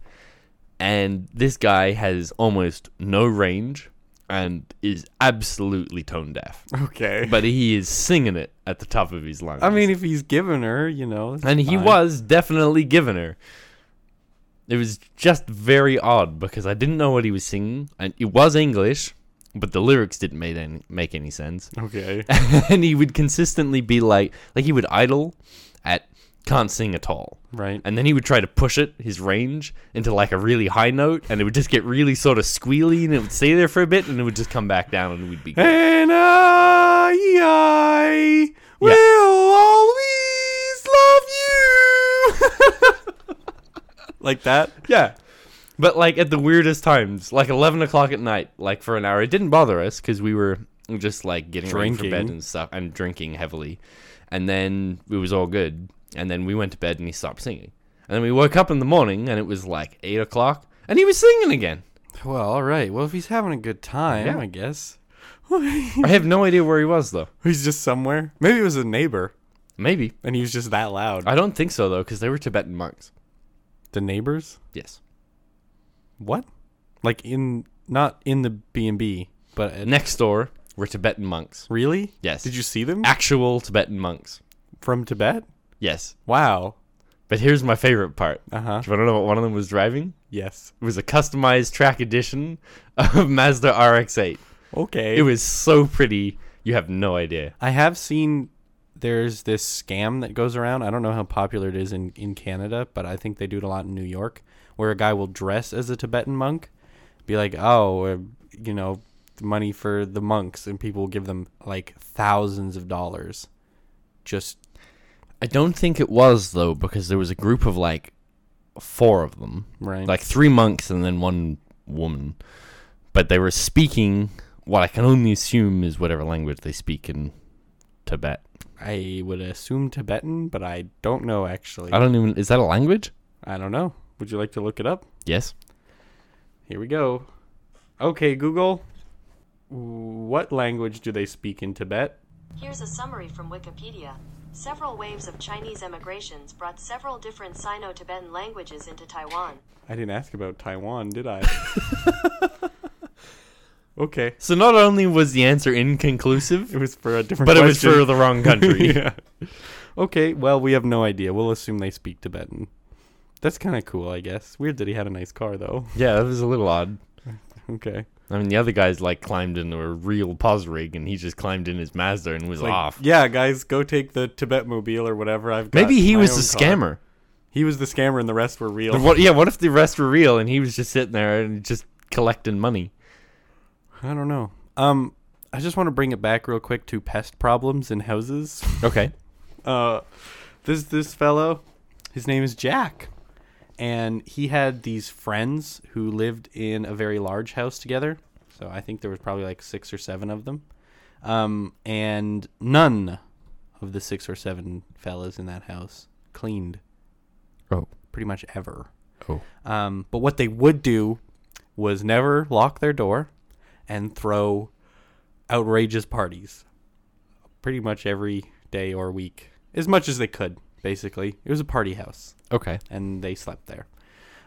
Speaker 2: And this guy has almost no range and is absolutely tone deaf,
Speaker 1: okay.
Speaker 2: but he is singing it at the top of his lungs.
Speaker 1: I mean, if he's giving her, you know. it's
Speaker 2: and he
Speaker 1: fine.
Speaker 2: was definitely giving her. It was just very odd because I didn't know what he was singing, and it was English, but the lyrics didn't make any, make any sense.
Speaker 1: Okay.
Speaker 2: and he would consistently be like, like he would idle at can't sing at all,
Speaker 1: Right.
Speaker 2: and then he would try to push it his range into like a really high note, and it would just get really sort of squealy, and it would stay there for a bit, and it would just come back down, and we'd be good.
Speaker 1: And I will always love you. like that?
Speaker 2: Yeah. But like at the weirdest times, like eleven o'clock at night, like for an hour, it didn't bother us because we were just like getting ready for bed
Speaker 1: Drinking.
Speaker 2: and stuff and drinking heavily, and then it was all good. And then we went to bed and he stopped singing. And then we woke up in the morning and it was like eight o'clock and he was singing again.
Speaker 1: Well, all right. Well, if he's having a good time,
Speaker 2: Yeah.
Speaker 1: I guess.
Speaker 2: I have no idea where he was though.
Speaker 1: He's just somewhere. Maybe it was a neighbor,
Speaker 2: Maybe
Speaker 1: and he was just that loud.
Speaker 2: I don't think so though because they were Tibetan monks.
Speaker 1: the neighbors?
Speaker 2: Yes.
Speaker 1: What? Like in not in the B and B, but at,
Speaker 2: Next door were Tibetan monks.
Speaker 1: really?
Speaker 2: Yes.
Speaker 1: Did you see them
Speaker 2: Actual Tibetan monks.
Speaker 1: from Tibet?
Speaker 2: Yes.
Speaker 1: Wow.
Speaker 2: But here's my favorite part.
Speaker 1: Uh huh.
Speaker 2: Do you want to know what one of them was driving?
Speaker 1: Yes.
Speaker 2: It was a customized track edition of Mazda RX-8.
Speaker 1: Okay.
Speaker 2: It was so pretty, you have no idea.
Speaker 1: I have seen there's this scam that goes around. I don't know how popular it is in, in Canada, but I think they do it a lot in New York, where a guy will dress as a Tibetan monk, be like, oh, uh, you know, money for the monks, and people will give them like thousands of dollars. Just
Speaker 2: I don't think it was though, because there was a group of like four of them,
Speaker 1: right.
Speaker 2: like three monks and then one woman, but they were speaking what I can only assume is whatever language they speak in Tibet.
Speaker 1: I would assume Tibetan, but I don't know actually.
Speaker 2: I don't even is that a language?
Speaker 1: I don't know. Would you like to look it up?
Speaker 2: Yes.
Speaker 1: Here we go. Okay, Google. What language do they speak in Tibet?
Speaker 3: Here's a summary from Wikipedia. Several waves of Chinese emigrations brought several different Sino Tibetan languages into Taiwan.
Speaker 1: I didn't ask about Taiwan, did I? okay.
Speaker 2: So not only was the answer inconclusive,
Speaker 1: It was for a different
Speaker 2: but it was
Speaker 1: question.
Speaker 2: for the wrong country.
Speaker 1: yeah. Okay, well, we have no idea. We'll assume they speak Tibetan. That's kind of cool, I guess. Weird that he had a nice car, though.
Speaker 2: yeah, that was a little odd.
Speaker 1: Okay.
Speaker 2: I mean, the other guys like climbed into a real pos rig, and he just climbed in his Mazda and was
Speaker 1: Like,
Speaker 2: off.
Speaker 1: Yeah, guys, go take the Tibet mobile or whatever I've got.
Speaker 2: Maybe he
Speaker 1: my
Speaker 2: was
Speaker 1: own
Speaker 2: the
Speaker 1: car.
Speaker 2: scammer.
Speaker 1: He was the scammer and the rest were real.
Speaker 2: What, yeah, what if the rest were real and he was just sitting there and just collecting money?
Speaker 1: I don't know. Um, I just want to bring it back real quick to pest problems in houses.
Speaker 2: Okay.
Speaker 1: Uh, this this fellow, his name is Jack, and he had these friends who lived in a very large house together. So I think there was probably like six or seven of them, um, and none of the six or seven fellas in that house cleaned
Speaker 2: Oh.
Speaker 1: pretty much ever.
Speaker 2: Oh.
Speaker 1: Um, but what they would do was never lock their door and throw outrageous parties pretty much every day or week, as much as they could, basically. It was a party house,
Speaker 2: Okay.
Speaker 1: and they slept there.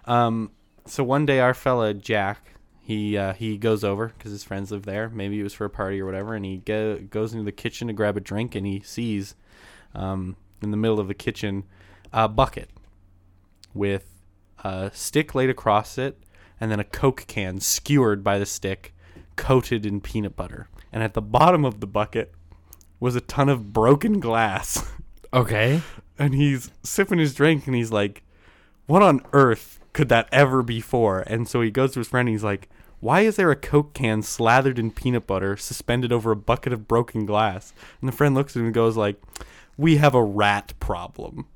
Speaker 1: Um, so one day, our fella Jack. He, uh, he goes over because his friends live there. Maybe it was for a party or whatever. And he go, goes into the kitchen to grab a drink and he sees um, in the middle of the kitchen a bucket with a stick laid across it and then a Coke can skewered by the stick, coated in peanut butter. And at the bottom of the bucket was a ton of broken glass.
Speaker 2: Okay.
Speaker 1: And he's sipping his drink and he's like, What on earth could that ever be for? And so he goes to his friend and he's like, Why is there a Coke can slathered in peanut butter suspended over a bucket of broken glass? And the friend looks at him and goes like, We have a rat problem.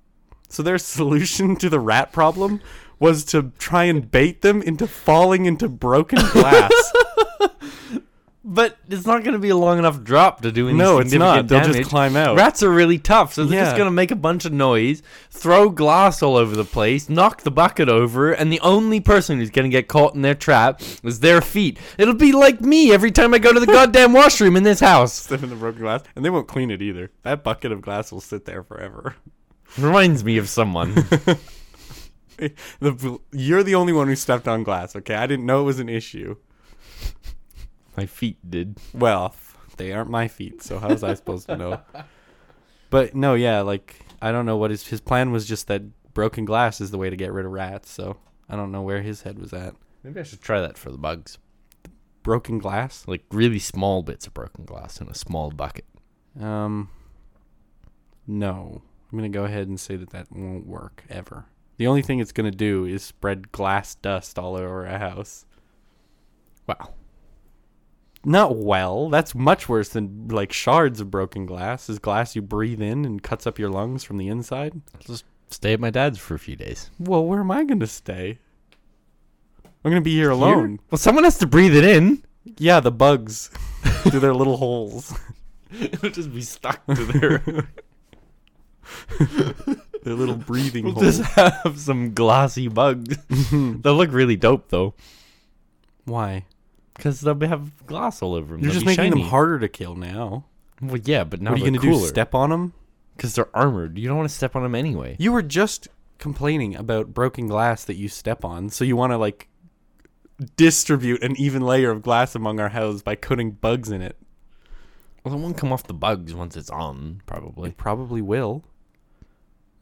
Speaker 1: So their solution to the rat problem was to try and bait them into falling into broken glass.
Speaker 2: But it's not going to be a long enough drop to do any
Speaker 1: No, it's not.
Speaker 2: significant
Speaker 1: They'll just
Speaker 2: damage.
Speaker 1: climb out.
Speaker 2: Rats are really tough, so they're
Speaker 1: Yeah.
Speaker 2: just going to make a bunch of noise, throw glass all over the place, knock the bucket over, and the only person who's going to get caught in their trap is their feet. It'll be like me every time I go to the goddamn washroom in this house.
Speaker 1: Slip in the broken glass. And they won't clean it either. That bucket of glass will sit there forever.
Speaker 2: Reminds me of someone.
Speaker 1: the, you're the only one who stepped on glass, okay? I didn't know it was an issue.
Speaker 2: My feet did.
Speaker 1: Well, they aren't my feet, so how was I supposed to know? But no, yeah, like I don't know what his his plan was just that broken glass is the way to get rid of rats, so I don't know where his head was at.
Speaker 2: Maybe I should try that for the bugs.
Speaker 1: Broken glass?
Speaker 2: Like really small bits of broken glass in a small bucket.
Speaker 1: Um no. I'm going to go ahead and say that that won't work ever. The only thing it's going to do is spread glass dust all over a house.
Speaker 2: Wow.
Speaker 1: Not well. That's much worse than like shards of broken glass. Is glass you breathe in and cuts up your lungs from the inside?
Speaker 2: I'll just stay at my dad's for a few days.
Speaker 1: Well, where am I going to stay? I'm going to be here alone.
Speaker 2: Well, someone has to breathe it in.
Speaker 1: Yeah, the bugs through their little holes,
Speaker 2: It'll just be stuck to there.
Speaker 1: their little breathing
Speaker 2: we'll
Speaker 1: holes.
Speaker 2: just have some glossy bugs.
Speaker 1: Mm-hmm.
Speaker 2: they'll look really dope though,
Speaker 1: Why?
Speaker 2: because they'll be- have gloss all over them.
Speaker 1: You're
Speaker 2: They'll
Speaker 1: just
Speaker 2: be
Speaker 1: making them
Speaker 2: shiny.
Speaker 1: harder to kill now.
Speaker 2: Well, yeah, but now
Speaker 1: what are you
Speaker 2: they're
Speaker 1: going to do?
Speaker 2: cooler
Speaker 1: Step on them?
Speaker 2: because they're armored. You don't want to step on them anyway.
Speaker 1: You were just complaining about broken glass that you step on, so you want to like distribute an even layer of glass among our house by coating bugs in it.
Speaker 2: Well, it won't come off the bugs once it's on, probably.
Speaker 1: It probably will.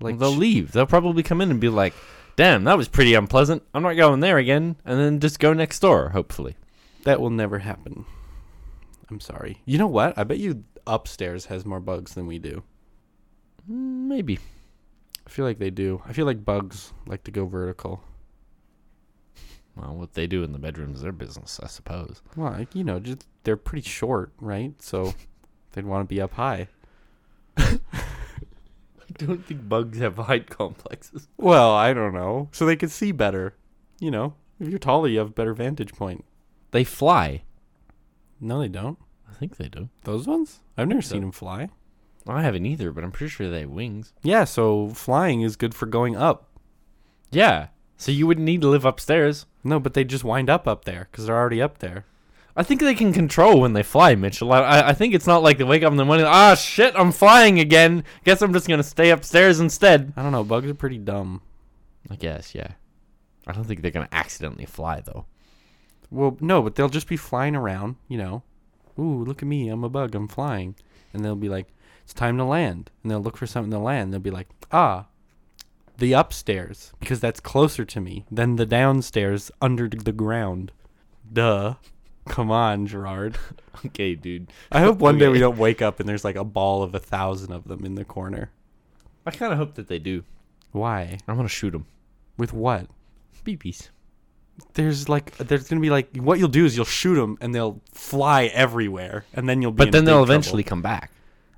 Speaker 1: Like
Speaker 2: they'll
Speaker 1: sh-
Speaker 2: leave. They'll probably come in and be like, "Damn, that was pretty unpleasant. I'm not going there again." And then just go next door, hopefully.
Speaker 1: that will never happen. I'm sorry. You know what? I bet you upstairs has more bugs than we do.
Speaker 2: Mm, Maybe.
Speaker 1: I feel like they do. I feel like bugs like to go vertical.
Speaker 2: Well, what they do in the bedroom is their business, I suppose.
Speaker 1: Well, like, you know, just they're pretty short, right? So they'd want to be up high.
Speaker 2: I don't think bugs have height complexes.
Speaker 1: Well, I don't know. So they could see better. You know, if you're taller, you have better vantage point.
Speaker 2: They fly.
Speaker 1: No, they don't.
Speaker 2: I think they do.
Speaker 1: Those ones? I've never seen
Speaker 2: so.
Speaker 1: them fly.
Speaker 2: I haven't either, but I'm pretty sure they have wings.
Speaker 1: Yeah, so flying is good for going up.
Speaker 2: Yeah. So you wouldn't need to live upstairs.
Speaker 1: No, but they just wind up up there because they're already up there.
Speaker 2: I think they can control when they fly, Mitchell. I- I, I think it's not like they wake up in the morning, ah, shit, I'm flying again. Guess I'm just going to stay upstairs instead.
Speaker 1: I don't know. Bugs are pretty dumb.
Speaker 2: I guess, yeah. I don't think they're going to accidentally fly, though.
Speaker 1: Well, no, but they'll just be flying around, you know. Ooh, look at me. I'm a bug. I'm flying. And they'll be like, it's time to land. And they'll look for something to land. They'll be like, ah, the upstairs, because that's closer to me than the downstairs under the ground. Duh. Come on, Gerard.
Speaker 2: Okay, dude.
Speaker 1: I hope one day we
Speaker 2: Okay.
Speaker 1: don't wake up and there's like a ball of a thousand of them in the corner.
Speaker 2: I kind of hope that they do.
Speaker 1: Why?
Speaker 2: I'm going to shoot them.
Speaker 1: With what?
Speaker 2: BBs.
Speaker 1: There's like, there's gonna be like, what you'll do is you'll shoot them and they'll fly everywhere, and then you'll be.
Speaker 2: But
Speaker 1: in
Speaker 2: then
Speaker 1: big
Speaker 2: they'll
Speaker 1: trouble.
Speaker 2: eventually come back.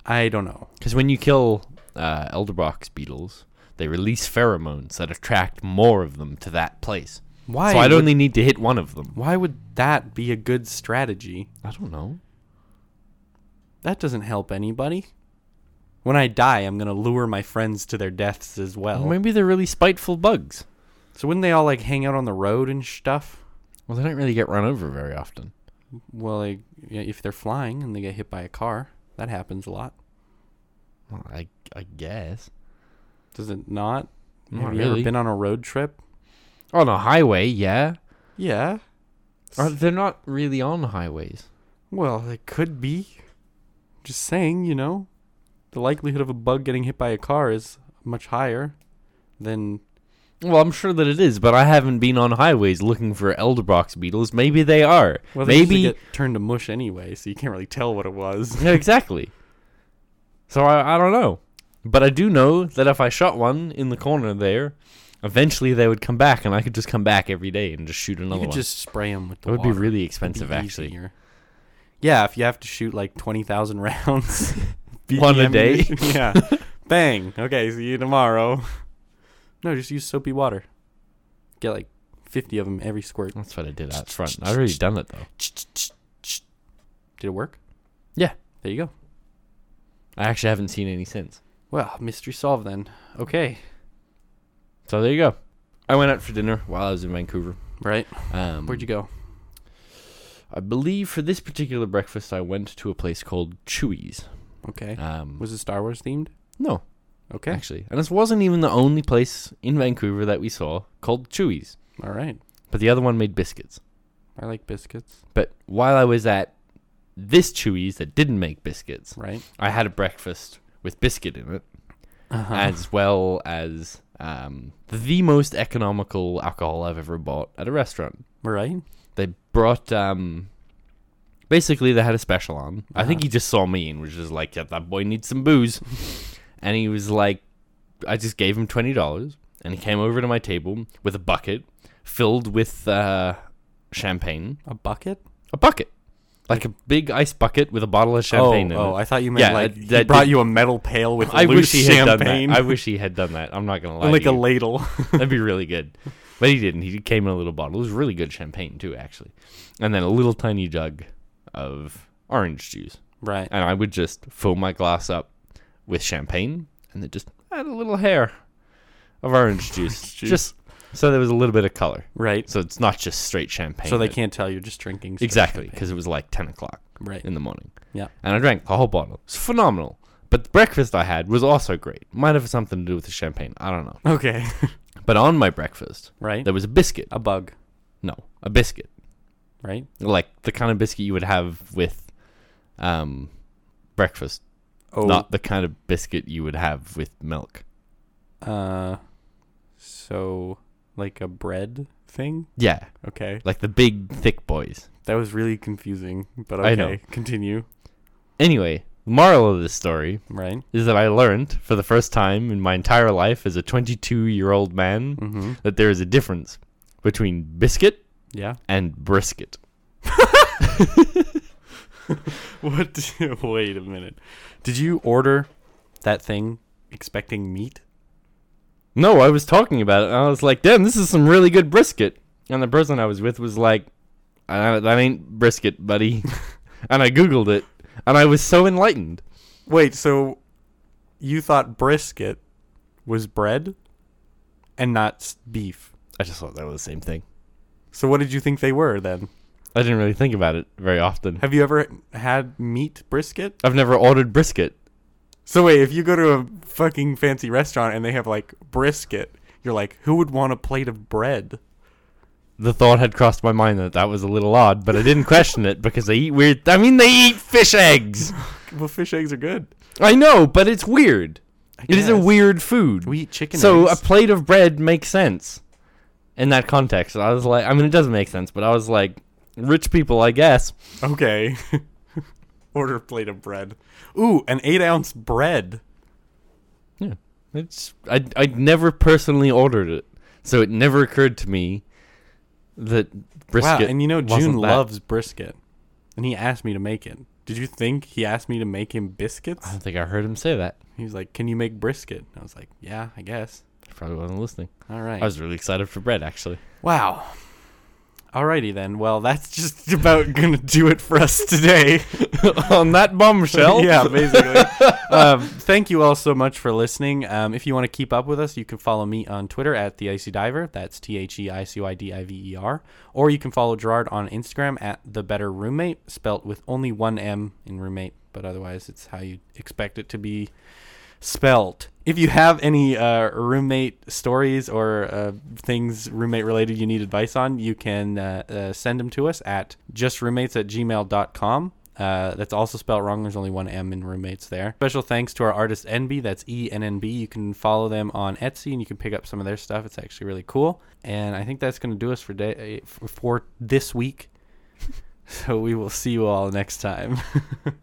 Speaker 1: I don't know.
Speaker 2: Because when you kill uh, Elderbox beetles, they release pheromones that attract more of them to that place.
Speaker 1: Why?
Speaker 2: so I'd
Speaker 1: would-
Speaker 2: only need to hit one of them.
Speaker 1: Why would that be a good strategy?
Speaker 2: I don't know.
Speaker 1: That doesn't help anybody. When I die, I'm gonna lure my friends to their deaths as well.
Speaker 2: Maybe they're really spiteful bugs.
Speaker 1: So wouldn't they all like hang out on the road and stuff?
Speaker 2: Well, they don't really get run over very often.
Speaker 1: Well, like, yeah, if they're flying and they get hit by a car, that happens a lot.
Speaker 2: Well, I, I guess.
Speaker 1: Does it not?
Speaker 2: Not
Speaker 1: Have you
Speaker 2: really.
Speaker 1: ever been on a road trip?
Speaker 2: On a highway, yeah.
Speaker 1: Yeah.
Speaker 2: Or they're not really on highways.
Speaker 1: Well, it could be. Just saying, you know, the likelihood of a bug getting hit by a car is much higher than
Speaker 2: Well, I'm sure that it is, but I haven't been on highways looking for elderbox beetles. Maybe they are.
Speaker 1: well, they usually
Speaker 2: Maybe
Speaker 1: get turned to mush anyway, so you can't really tell what it was.
Speaker 2: Yeah, exactly. So I, I don't know. But I do know that if I shot one in the corner there, eventually they would come back, and I could just come back every day and just shoot another
Speaker 1: You could
Speaker 2: one.
Speaker 1: just spray them with the
Speaker 2: that would be
Speaker 1: water.
Speaker 2: really
Speaker 1: It'd be
Speaker 2: expensive, actually.
Speaker 1: easier. Yeah, if you have to shoot like 20,000 rounds.
Speaker 2: One a
Speaker 1: BPM
Speaker 2: day?
Speaker 1: mission- yeah. Bang. Okay, see you tomorrow. No, just use soapy water. Get like 50 of them every squirt.
Speaker 2: That's what I did out front. I've already done it though.
Speaker 1: Did it work?
Speaker 2: Yeah,
Speaker 1: There you go.
Speaker 2: I actually haven't seen any since.
Speaker 1: Well, mystery solved then. Okay.
Speaker 2: So there you go. I went out for dinner while I was in Vancouver.
Speaker 1: Right.
Speaker 2: Um,
Speaker 1: Where'd you go?
Speaker 2: I believe for this particular breakfast, I went to a place called Chewy's.
Speaker 1: Okay.
Speaker 2: Um,
Speaker 1: Was it Star Wars themed?
Speaker 2: no,
Speaker 1: Okay.
Speaker 2: actually, and this wasn't even the only place in Vancouver that we saw called Chewy's.
Speaker 1: All right.
Speaker 2: but the other one made biscuits.
Speaker 1: I like biscuits.
Speaker 2: But while I was at this Chewy's that didn't make biscuits,
Speaker 1: Right.
Speaker 2: I had a breakfast with biscuit in it,
Speaker 1: Uh-huh.
Speaker 2: as well as um, the most economical alcohol I've ever bought at a restaurant.
Speaker 1: right.
Speaker 2: They brought, um, basically, they had a special on. I think
Speaker 1: Uh-huh.
Speaker 2: he just saw me and was just like, yeah, that boy needs some booze. and he was like, I just gave him $20, and he came over to my table with a bucket filled with uh, champagne
Speaker 1: A bucket?
Speaker 2: a bucket, like a big ice bucket with a bottle of champagne
Speaker 1: oh,
Speaker 2: in
Speaker 1: oh,
Speaker 2: it.
Speaker 1: I thought you meant
Speaker 2: Yeah,
Speaker 1: like
Speaker 2: that-
Speaker 1: he
Speaker 2: that
Speaker 1: brought
Speaker 2: did-
Speaker 1: you a metal pail with
Speaker 2: I
Speaker 1: loose
Speaker 2: wish he had done
Speaker 1: champagne,
Speaker 2: that. I wish he had done that. I'm not gonna lie.
Speaker 1: like
Speaker 2: to
Speaker 1: a
Speaker 2: you.
Speaker 1: ladle.
Speaker 2: That'd be really good, but he didn't. He came in a little bottle. It was really good champagne too, actually, and then a little tiny jug of orange juice.
Speaker 1: right.
Speaker 2: And I would just fill my glass up with champagne, and then just add a little hair of orange juice,
Speaker 1: juice.
Speaker 2: just so there was a little bit of color.
Speaker 1: Right.
Speaker 2: So it's not just straight champagne.
Speaker 1: So they
Speaker 2: that-
Speaker 1: can't tell you're just drinking. straight
Speaker 2: exactly
Speaker 1: champagne.
Speaker 2: because it was like ten o'clock
Speaker 1: Right.
Speaker 2: in the morning.
Speaker 1: Yeah.
Speaker 2: and I drank the whole bottle. It's phenomenal. But the breakfast I had was also great. Might have something to do with the champagne. I don't know.
Speaker 1: Okay.
Speaker 2: But on my breakfast,
Speaker 1: right.
Speaker 2: there was a biscuit.
Speaker 1: a bug.
Speaker 2: No, a biscuit.
Speaker 1: Right.
Speaker 2: Like the kind of biscuit you would have with um, breakfast,
Speaker 1: Oh.
Speaker 2: not the kind of biscuit you would have with milk.
Speaker 1: Uh. So like a bread thing.
Speaker 2: Yeah,
Speaker 1: Okay.
Speaker 2: like the big, thick boys.
Speaker 1: That was really confusing. But okay.
Speaker 2: I know.
Speaker 1: Continue.
Speaker 2: Anyway, The moral of this story
Speaker 1: right?
Speaker 2: is that I learned for the first time in my entire life as a 22 year old man
Speaker 1: Mm-hmm.
Speaker 2: that there is a difference between biscuit
Speaker 1: Yeah.
Speaker 2: and brisket.
Speaker 1: What? wait a minute. Did you order that thing expecting meat?
Speaker 2: No, I was talking about it. And I was like, damn, this is some really good brisket. And the person I was with was like, "Uh, that ain't brisket, buddy. and I Googled it. And I was so enlightened.
Speaker 1: Wait. So you thought brisket was bread and not s- beef?
Speaker 2: I just thought that was the same thing.
Speaker 1: So what did you think they were then?
Speaker 2: I didn't really think about it very often.
Speaker 1: Have you ever had meat brisket?
Speaker 2: I've never ordered brisket.
Speaker 1: So wait, if you go to a fucking fancy restaurant and they have like brisket, you're like, who would want a plate of bread?
Speaker 2: The thought had crossed my mind that that was a little odd, but I didn't question it because they eat weird. I mean, they eat fish eggs.
Speaker 1: Well, fish eggs are good.
Speaker 2: I know, but it's weird.
Speaker 1: I
Speaker 2: It is a
Speaker 1: guess.
Speaker 2: weird food.
Speaker 1: We eat chicken.
Speaker 2: so
Speaker 1: eggs.
Speaker 2: a plate of bread makes sense in that context. I was like, I mean, it doesn't make sense, but I was like, rich people, I guess.
Speaker 1: Okay. Order a plate of bread. Ooh, an eight ounce bread.
Speaker 2: Yeah, it's I I never personally ordered it, so it never occurred to me that brisket.
Speaker 1: wow, and you know June
Speaker 2: wasn't that-
Speaker 1: loves brisket, and he asked me to make it. Did you think he asked me to make him
Speaker 2: I
Speaker 1: biscuits?
Speaker 2: don't think I heard him say that.
Speaker 1: He was like, "Can you make brisket?" I was like, "Yeah, I guess."
Speaker 2: I probably wasn't listening.
Speaker 1: All right.
Speaker 2: I was really excited for bread, actually.
Speaker 1: wow. Alrighty then. Well, that's just about gonna do it for us today.
Speaker 2: On that bombshell,
Speaker 1: yeah, basically. um, thank you all so much for listening. Um, if you want to keep up with us, you can follow me on Twitter at the Icy Diver. That's T H E I C Y D I V E R. Or you can follow Gerard on Instagram at the Better Roommate, spelt with only one M in roommate, but otherwise it's how you expect it to be spelt. If you have any uh, roommate stories or uh, things roommate related you need advice on, you can uh, uh, send them to us at justruommates at gmail.com. Uh, that's also spelled wrong. There's only one M in roommates there. Special thanks to our artist NB. That's E N N B. You can follow them on Etsy and you can pick up some of their stuff. It's actually really cool. And I think that's going to do us for day for this week. so we will see you all next time.